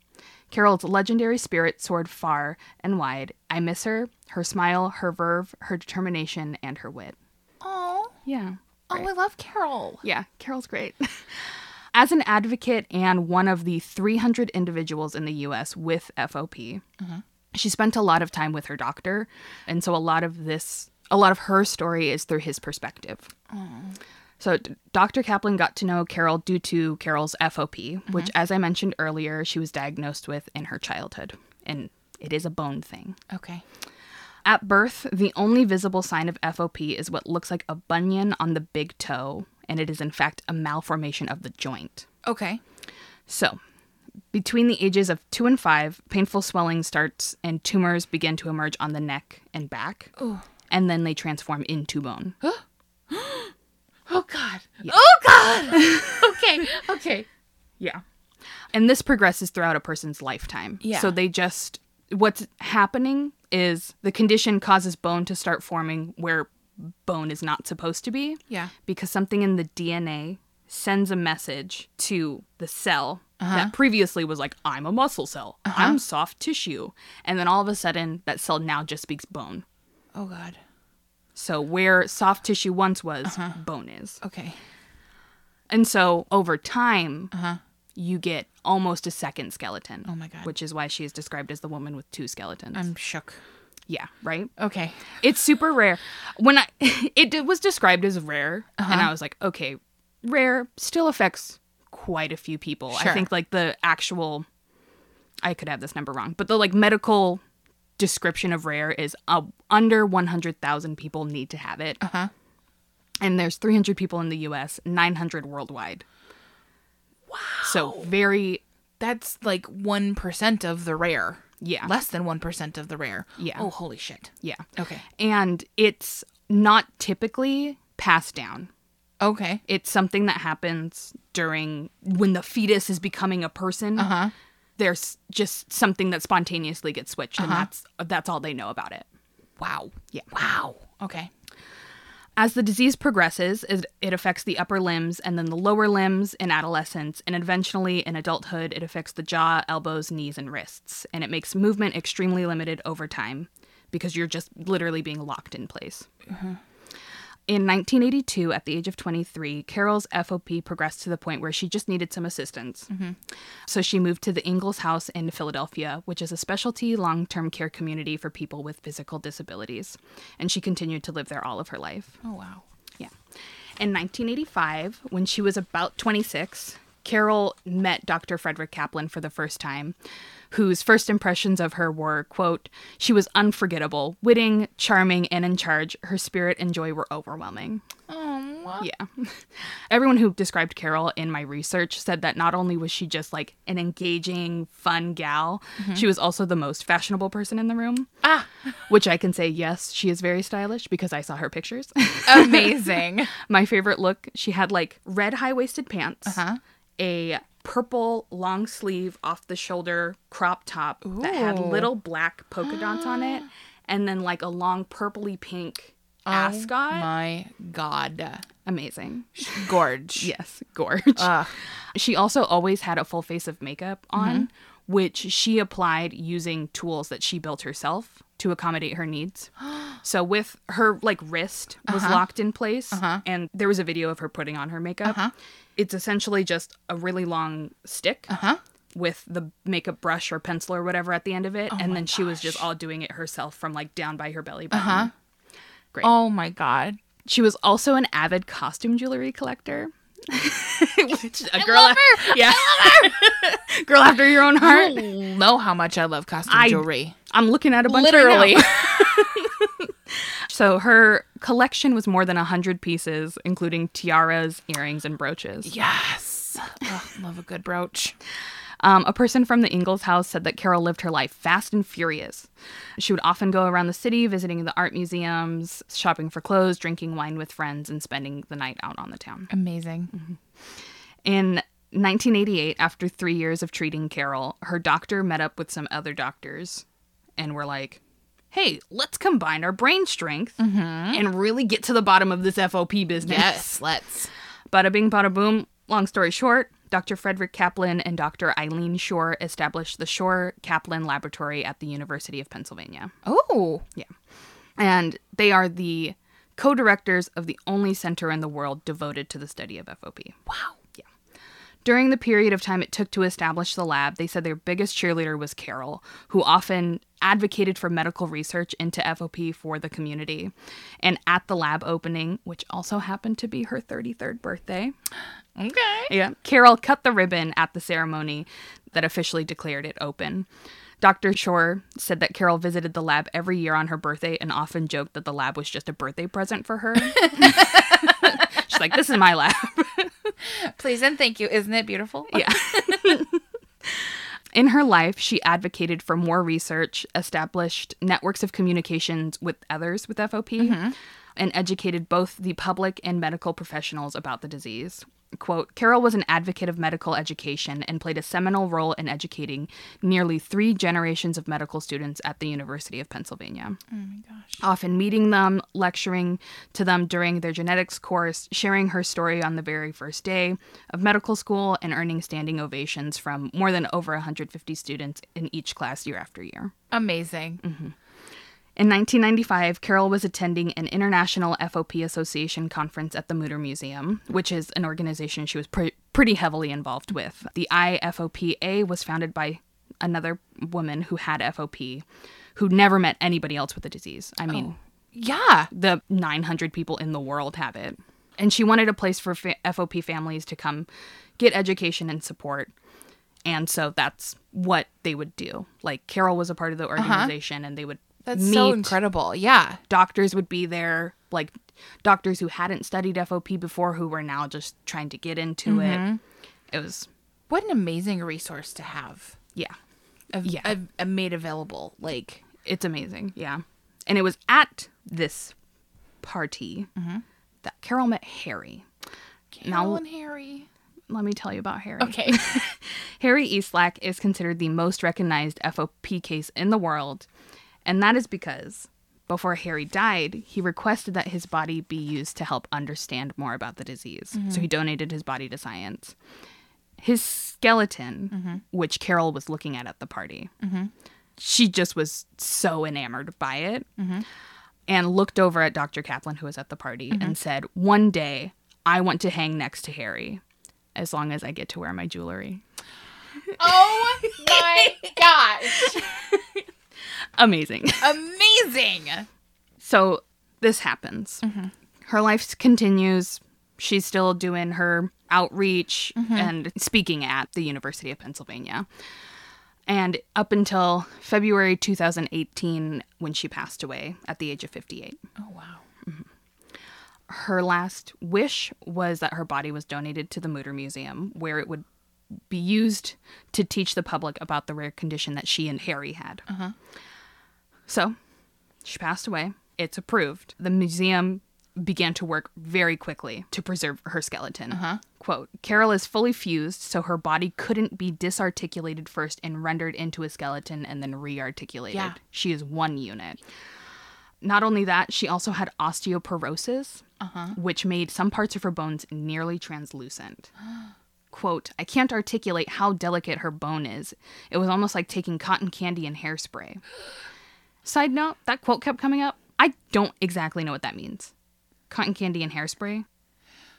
[SPEAKER 1] Carol's legendary spirit soared far and wide. I miss her, her smile, her verve, her determination, and her wit.
[SPEAKER 2] Oh.
[SPEAKER 1] Yeah.
[SPEAKER 2] Oh, I love Carol.
[SPEAKER 1] Yeah, Carol's great. As an advocate and one of the 300 individuals in the US with FOP, she spent a lot of time with her doctor. And so a lot of this, a lot of her story is through his perspective. So d- Dr. Kaplan got to know Carol due to Carol's FOP, which, as I mentioned earlier, she was diagnosed with in her childhood. And it is a bone thing.
[SPEAKER 2] Okay.
[SPEAKER 1] At birth, the only visible sign of FOP is what looks like a bunion on the big toe, and it is in fact a malformation of the joint.
[SPEAKER 2] Okay.
[SPEAKER 1] So, between the ages of two and five, painful swelling starts and tumors begin to emerge on the neck and back, and then they transform into bone.
[SPEAKER 2] Oh God. Oh God. okay. Okay.
[SPEAKER 1] Yeah. And this progresses throughout a person's lifetime.
[SPEAKER 2] Yeah.
[SPEAKER 1] So they just, what's happening is the condition causes bone to start forming where bone is not supposed to be.
[SPEAKER 2] Yeah.
[SPEAKER 1] Because something in the DNA sends a message to the cell
[SPEAKER 2] Uh-huh.
[SPEAKER 1] that previously was like, I'm a muscle cell, I'm soft tissue. And then all of a sudden, that cell now just speaks bone.
[SPEAKER 2] Oh God.
[SPEAKER 1] So where soft tissue once was,
[SPEAKER 2] Uh-huh.
[SPEAKER 1] bone is.
[SPEAKER 2] Okay.
[SPEAKER 1] And so over time, you get almost a second skeleton. Oh
[SPEAKER 2] Uh-huh. my God.
[SPEAKER 1] Which is why she is described as the woman with two skeletons.
[SPEAKER 2] I'm shook.
[SPEAKER 1] yeah, right?
[SPEAKER 2] Okay.
[SPEAKER 1] It's super rare. When I it, d- was described as rare, and I was like, okay, rare still affects quite a few people.
[SPEAKER 2] Sure.
[SPEAKER 1] I think like the actual I could have this number wrong, but the like medical description of rare is uh, under 100,000 people need to have it. Uh-huh. And there's 300 people in the US, 900 worldwide. Wow. So very
[SPEAKER 2] That's like one percent of the rare.
[SPEAKER 1] Yeah.
[SPEAKER 2] Less than 1% of the rare.
[SPEAKER 1] Yeah.
[SPEAKER 2] Oh, holy shit.
[SPEAKER 1] Yeah.
[SPEAKER 2] Okay.
[SPEAKER 1] And it's not typically passed down.
[SPEAKER 2] Okay.
[SPEAKER 1] It's something that happens during when the fetus is becoming a person. Uh-huh. There's just something that spontaneously gets switched and that's that's all they know about it.
[SPEAKER 2] Uh-huh. Wow.
[SPEAKER 1] Yeah.
[SPEAKER 2] Wow. Okay.
[SPEAKER 1] As the disease progresses, it it affects the upper limbs and then the lower limbs in adolescence, and eventually in adulthood, it affects the jaw, elbows, knees, and wrists. And it makes movement extremely limited over time because you're just literally being locked in place. In 1982, at the age of 23, Carol's FOP progressed to the point where she just needed some assistance. So she moved to the Ingalls House in Philadelphia, which is a specialty long term care community for people with physical disabilities. And she continued to live there all of her life.
[SPEAKER 2] Oh, wow.
[SPEAKER 1] Yeah. In 1985, when she was about 26, Carol met Dr. Frederick Kaplan for the first time, whose first impressions of her were, quote, she was unforgettable, witting, charming, and in charge. Her spirit and joy were overwhelming.
[SPEAKER 2] Oh, wow.
[SPEAKER 1] Yeah. Everyone who described Carol in my research said that not only was she just like an engaging, fun gal, she was also the most fashionable person in the room.
[SPEAKER 2] Mm-hmm. Ah.
[SPEAKER 1] Which I can say, yes, she is very stylish because I saw her pictures.
[SPEAKER 2] Amazing.
[SPEAKER 1] My favorite look, she had like red high waisted pants,
[SPEAKER 2] Uh-huh.
[SPEAKER 1] a purple long sleeve off the shoulder crop top that had
[SPEAKER 2] Ooh.
[SPEAKER 1] little black polka dots on it, and then like a long purpley pink ascot.
[SPEAKER 2] Oh My God.
[SPEAKER 1] Amazing.
[SPEAKER 2] Gorge.
[SPEAKER 1] Yes, gorge. She also always had a full face of makeup on, which she applied using tools that she built herself to accommodate her needs. so with her like wrist was locked in place and there was a video of her putting on her makeup. It's essentially just a really long stick. With the makeup brush or pencil or whatever at the end of it, and then she was just all doing it herself from like down by her belly button.
[SPEAKER 2] Oh, my God.
[SPEAKER 1] She was also an avid costume jewelry collector. Which a girl,
[SPEAKER 2] love her.
[SPEAKER 1] yeah, girl after your own
[SPEAKER 2] I
[SPEAKER 1] heart.
[SPEAKER 2] don't know how much Oh. I love costume
[SPEAKER 1] I-
[SPEAKER 2] jewelry.
[SPEAKER 1] I'm looking at a bunch right now.
[SPEAKER 2] Literally.
[SPEAKER 1] so her collection was more than hundred pieces, including tiaras, earrings, and brooches.
[SPEAKER 2] yes. Ugh, love a good brooch.
[SPEAKER 1] Um, a person from the Ingalls house said that Carol lived her life fast and furious. She would often go around the city, visiting the art museums, shopping for clothes, drinking wine with friends, and spending the night out on the town.
[SPEAKER 2] Amazing.
[SPEAKER 1] In 1988, after three years of treating Carol, her doctor met up with some other doctors and were like, hey, let's combine our brain strength and really get to the bottom of this FOP business.
[SPEAKER 2] Yes. Let's.
[SPEAKER 1] Bada bing, bada boom. Long story short, Dr. Frederick Kaplan and Dr. Eileen Shore established the Shore Kaplan Laboratory at the University of Pennsylvania.
[SPEAKER 2] Oh.
[SPEAKER 1] Yeah. And they are the co directors of the only center in the world devoted to the study of FOP.
[SPEAKER 2] Wow.
[SPEAKER 1] During the period of time it took to establish the lab, they said their biggest cheerleader was Carol, who often advocated for medical research into FOP for the community. And at the lab opening, which also happened to be her 33rd birthday,
[SPEAKER 2] Okay.
[SPEAKER 1] yeah, Carol cut the ribbon at the ceremony that officially declared it open. Dr. Shore said that Carol visited the lab every year on her birthday and often joked that the lab was just a birthday present for her. She's like, this is my lab.
[SPEAKER 2] Please and thank you. Isn't it beautiful?
[SPEAKER 1] Yeah. In her life, she advocated for more research, established networks of communications with others with FOP, and educated both the public and medical professionals about the disease. Quote Carol was an advocate of medical education and played a seminal role in educating nearly three generations of medical students at the University of Pennsylvania often meeting them, lecturing to them during their genetics course, sharing her story on the very first day of medical school, and earning standing ovations from more than over 150 students in each class year after year.
[SPEAKER 2] Amazing.
[SPEAKER 1] In 1995, Carol was attending an International FOP Association conference at the Mutter Museum, which is an organization she was pre- pretty heavily involved with. The IFOPA was founded by another woman who had FOP, who never met anybody else with the disease. I mean,
[SPEAKER 2] Yeah.
[SPEAKER 1] the 900 people in the world have it. And she wanted a place for fa- FOP families to come get education and support. And so that's what they would do. Like Carol was a part of the organization and they would
[SPEAKER 2] Uh-huh. That's
[SPEAKER 1] meet.
[SPEAKER 2] so incredible. Yeah.
[SPEAKER 1] doctors would be there, like doctors who hadn't studied FOP before who were now just trying
[SPEAKER 2] Mm-hmm.
[SPEAKER 1] to get into it. It was
[SPEAKER 2] What an amazing resource to have.
[SPEAKER 1] yeah.
[SPEAKER 2] I've,
[SPEAKER 1] Yeah.
[SPEAKER 2] I've, I've made available. Like,
[SPEAKER 1] It's amazing. Yeah. And it was at this party
[SPEAKER 2] Mm-hmm.
[SPEAKER 1] that Carol met Harry.
[SPEAKER 2] Carol and Harry.
[SPEAKER 1] Let me tell you about Harry.
[SPEAKER 2] Okay.
[SPEAKER 1] Harry Eastlack is considered the most recognized FOP case in the world, and that is because before Harry died, he requested that his body be used to help understand more about the disease. So he donated his body to science. His skeleton, which Carol was looking at at the party, she just was so enamored by it and looked over at Dr. Kaplan, who was at the party, and said, One day I want to hang next to Harry as long as I get to wear my jewelry.
[SPEAKER 2] oh my gosh.
[SPEAKER 1] Amazing.
[SPEAKER 2] Amazing.
[SPEAKER 1] So this happens. Her life continues. She's still doing her outreach and speaking at the University of Pennsylvania. And up until February 2018, when she passed away at the age of 58.
[SPEAKER 2] Oh, wow.
[SPEAKER 1] her last wish was that her body was donated to the Mutter Museum, where it would be used to teach the public about the rare condition that she and Harry had. So she passed away. It's approved. The museum began to work very quickly to preserve her skeleton. Quote Carol is fully fused, so her body couldn't be disarticulated first and rendered into a skeleton and then rearticulated.
[SPEAKER 2] Yeah.
[SPEAKER 1] She is one unit. Not only that, she also had osteoporosis, which made some parts of her bones nearly translucent. Quote, I can't articulate how delicate her bone is. It was almost like taking cotton candy and hairspray. Side note, that quote kept coming up. I don't exactly know what that means. Cotton candy and hairspray?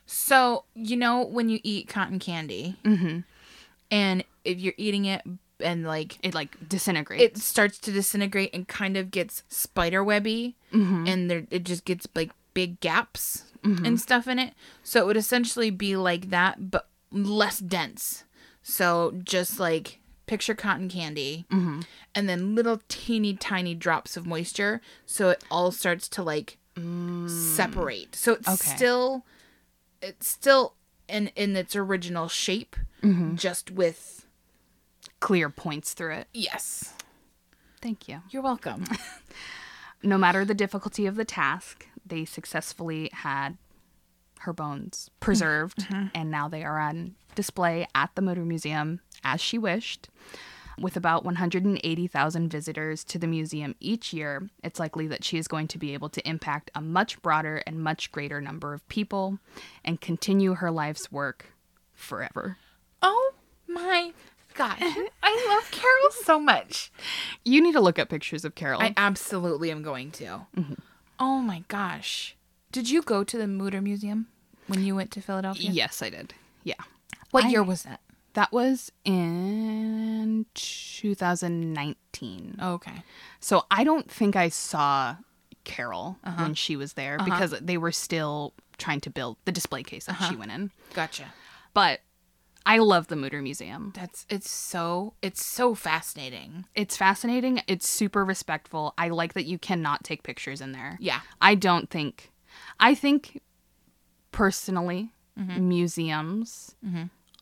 [SPEAKER 2] So, you know, when you eat cotton candy, and if you're eating it and like
[SPEAKER 1] It like disintegrates.
[SPEAKER 2] it starts to disintegrate and kind of gets spider webby and there it just gets like big gaps and stuff in it so it would essentially be like that but less dense so just like picture cotton candy and then little teeny tiny drops of moisture so it all starts to like Mm. separate so it's
[SPEAKER 1] Okay.
[SPEAKER 2] still it's still in in its original shape just with
[SPEAKER 1] Clear points through it.
[SPEAKER 2] yes
[SPEAKER 1] Thank you.
[SPEAKER 2] you're welcome
[SPEAKER 1] No matter the difficulty of the task, they successfully had her bones preserved, and now they are on display at the Motor Museum as she wished. With about 180,000 visitors to the museum each year, it's likely that she is going to be able to impact a much broader and much greater number of people and continue her life's work forever.
[SPEAKER 2] Oh my god. I love Carol so much.
[SPEAKER 1] You need to look up pictures of Carol.
[SPEAKER 2] I absolutely am going to. Oh my gosh. Did you go to the Mutter Museum when you went to Philadelphia?
[SPEAKER 1] Yes, I did. Yeah.
[SPEAKER 2] What year was that?
[SPEAKER 1] That was in 2019.
[SPEAKER 2] Oh, Okay.
[SPEAKER 1] So I don't think I saw Carol when she was there because they were still trying to build the display case that she went in.
[SPEAKER 2] Gotcha.
[SPEAKER 1] But I love the Mutter Museum.
[SPEAKER 2] That's it's so it's so fascinating.
[SPEAKER 1] It's fascinating. It's super respectful. I like that you cannot take pictures in there.
[SPEAKER 2] Yeah.
[SPEAKER 1] I don't think, I think personally, museums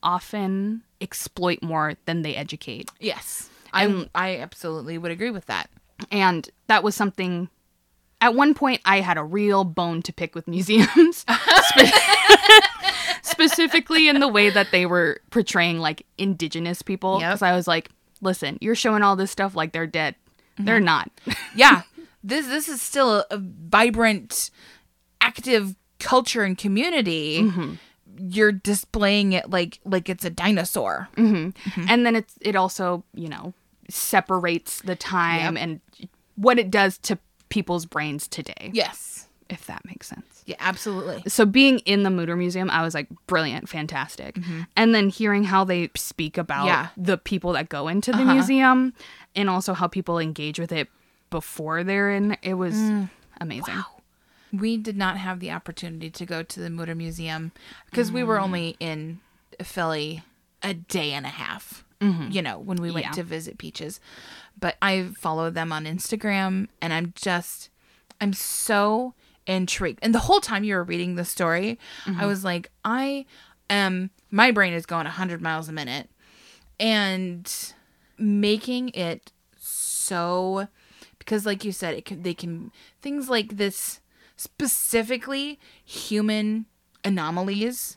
[SPEAKER 1] often exploit more than they educate.
[SPEAKER 2] Yes. I I absolutely would agree with that.
[SPEAKER 1] and that was something at one point i had a real bone to pick with museums Spe- specifically in the way that they were portraying like indigenous people
[SPEAKER 2] Yep.
[SPEAKER 1] because i was like listen you're showing all this stuff like they're dead they're not
[SPEAKER 2] Yeah. this this is still a vibrant active culture and community. You're displaying it like like it's a dinosaur.
[SPEAKER 1] and then it's it also you know separates the time and what it does to people's brains today
[SPEAKER 2] Yes.
[SPEAKER 1] if that makes sense
[SPEAKER 2] Yeah, absolutely.
[SPEAKER 1] so being in the Mutter Museum, I was like, brilliant, fantastic. And then hearing how they speak about
[SPEAKER 2] Yeah.
[SPEAKER 1] the people that go into the museum and also how people engage with it before they're in, it was amazing.
[SPEAKER 2] We did not have the opportunity to go to the Mutter Museum because we were only in Philly a day and a half. You know, when we went
[SPEAKER 1] Yeah.
[SPEAKER 2] to visit Peaches. But I follow them on Instagram and I'm just, I'm so intrigued. And the whole time you were reading the story, I was like, I am, my brain is going 100 miles a minute. And making it so because like you said it can, they can things like this specifically human anomalies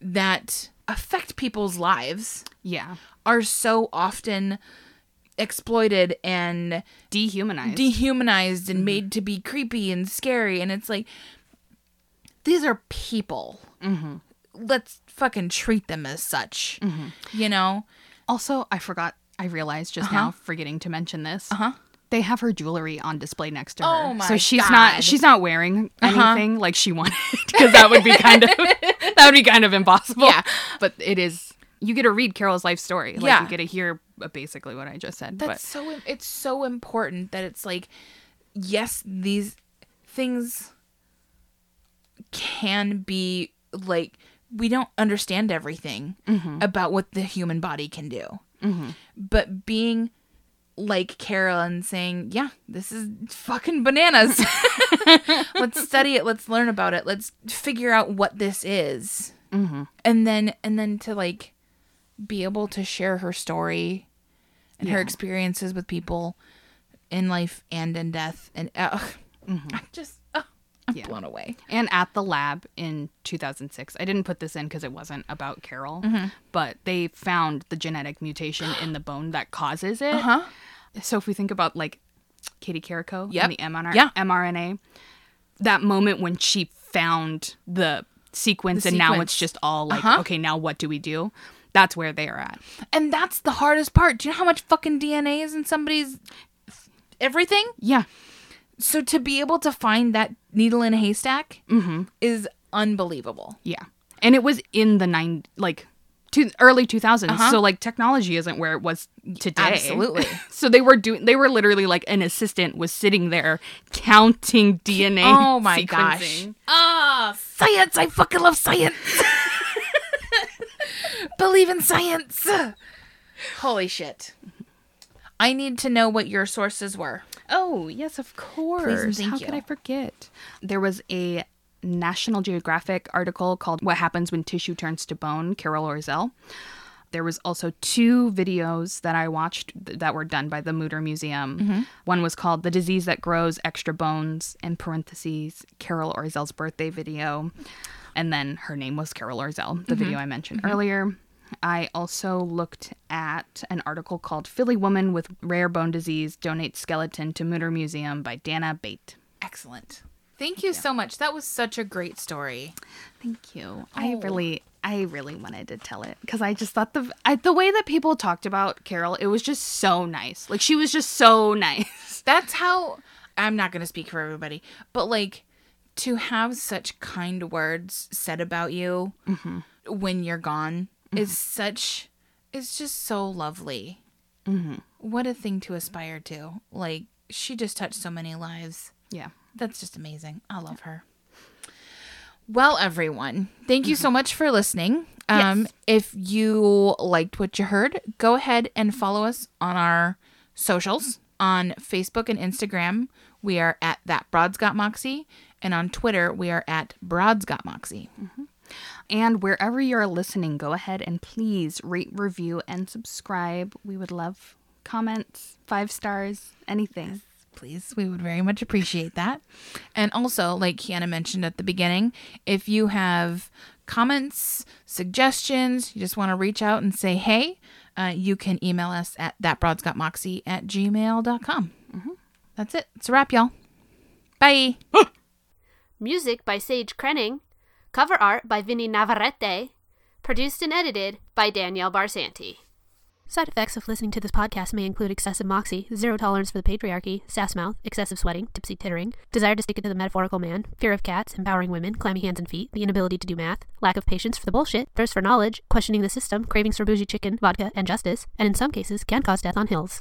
[SPEAKER 2] that affect people's lives
[SPEAKER 1] Yeah.
[SPEAKER 2] are so often exploited and
[SPEAKER 1] Dehumanized.
[SPEAKER 2] dehumanized and made to be creepy and scary and it's like these are people let's fucking treat them as such you know
[SPEAKER 1] also, I forgot. I realized just
[SPEAKER 2] Uh-huh.
[SPEAKER 1] now, forgetting to mention this. Uh huh. They have her jewelry on display next to her,
[SPEAKER 2] Oh my
[SPEAKER 1] so she's not
[SPEAKER 2] God. Uh-huh.
[SPEAKER 1] she's not wearing anything like she wanted because that would be kind of that would be kind of impossible.
[SPEAKER 2] Yeah.
[SPEAKER 1] but it is. You get to read Carol's life story. Like
[SPEAKER 2] Yeah.
[SPEAKER 1] you get to hear uh, basically what I just said.
[SPEAKER 2] that's so im- it's so important that it's like yes these things can be like we don't understand everything about what the human body can do but being like Carol and saying, "Yeah, this is fucking bananas. let's study it. Let's learn about it. Let's figure out what this is." Mm-hmm. And then, and then to like be able to share her story and her experiences with people in life and in death, and uh, I'm just uh, I'm
[SPEAKER 1] Yeah.
[SPEAKER 2] blown away.
[SPEAKER 1] but and at the lab in 2006, I didn't put this in because it wasn't about Carol,
[SPEAKER 2] Mm-hmm.
[SPEAKER 1] but they found the genetic mutation in the bone that causes it.
[SPEAKER 2] Huh?
[SPEAKER 1] so if we think about like Katie Carrico
[SPEAKER 2] Yep.
[SPEAKER 1] and the mRNA,
[SPEAKER 2] Yeah.
[SPEAKER 1] mRNA, that moment when she found the sequence
[SPEAKER 2] The
[SPEAKER 1] and now it's
[SPEAKER 2] sequence.
[SPEAKER 1] just all like,
[SPEAKER 2] Uh-huh.
[SPEAKER 1] okay, now what do we do? That's where they are at.
[SPEAKER 2] And that's the hardest part. Do you know how much fucking DNA is in somebody's everything?
[SPEAKER 1] Yeah.
[SPEAKER 2] so to be able to find that needle in a haystack is unbelievable.
[SPEAKER 1] Yeah. And it was in the nine, like two, early 2000s. So like technology isn't where it was today.
[SPEAKER 2] Uh-huh. Absolutely.
[SPEAKER 1] so they were doing, they were literally like an assistant was sitting there counting DNA.
[SPEAKER 2] Oh my gosh.
[SPEAKER 1] sequencing.
[SPEAKER 2] Ah, science. I fucking love science. Believe in science. Holy shit. I need to know what your sources were.
[SPEAKER 1] Oh, yes, of course.
[SPEAKER 2] thank
[SPEAKER 1] How could
[SPEAKER 2] you.
[SPEAKER 1] I forget? There was a National Geographic article called What Happens When Tissue Turns to Bone, Carol Orzel. There was also two videos that I watched th- that were done by the Mutter Museum. One was called The Disease That Grows Extra Bones in parentheses Carol Orzel's birthday video. And then her name was Carol Orzel, the video I mentioned earlier. I also looked at an article called Philly Woman with Rare Bone Disease Donates Skeleton to Mutter Museum by Dana Bate.
[SPEAKER 2] Excellent. Thank you so much. That was such a great story.
[SPEAKER 1] Thank you. I really, I really wanted to tell it because I just thought the I, the way that people talked about Carol, it was just so nice. Like she was just so nice.
[SPEAKER 2] That's how I'm not going to speak for everybody, but like to have such kind words said about you when you're gone is such is just so lovely. What a thing to aspire to. Like she just touched so many lives.
[SPEAKER 1] Yeah.
[SPEAKER 2] That's just amazing. I love her. Well, everyone, thank you so much for listening. Um, If you liked what you heard, go ahead and follow us on our socials on Facebook and Instagram. We are at that Broad's Got Moxie, and on Twitter we are at Broad's Got Moxie.
[SPEAKER 1] And wherever you're listening, go ahead and please rate, review, and subscribe. We would love comments, five stars, anything.
[SPEAKER 2] please. We would very much appreciate that. And also, like Kiana mentioned at the beginning, if you have comments, suggestions, you just want to reach out and say hey, uh, you can email us at thatbroadsgotmoxie at gmail.com. That's it. It's a wrap, y'all. Bye.
[SPEAKER 3] Music by Sage Krenning. Cover art by Vinny Navarrete. Produced and edited by Danielle Barsanti. Side effects of listening to this podcast may include excessive moxie, zero tolerance for the patriarchy, sass mouth, excessive sweating, tipsy tittering, desire to stick it to the metaphorical man, fear of cats, empowering women, clammy hands and feet, the inability to do math, lack of patience for the bullshit, thirst for knowledge, questioning the system, cravings for bougie chicken, vodka, and justice, and in some cases can cause death on hills.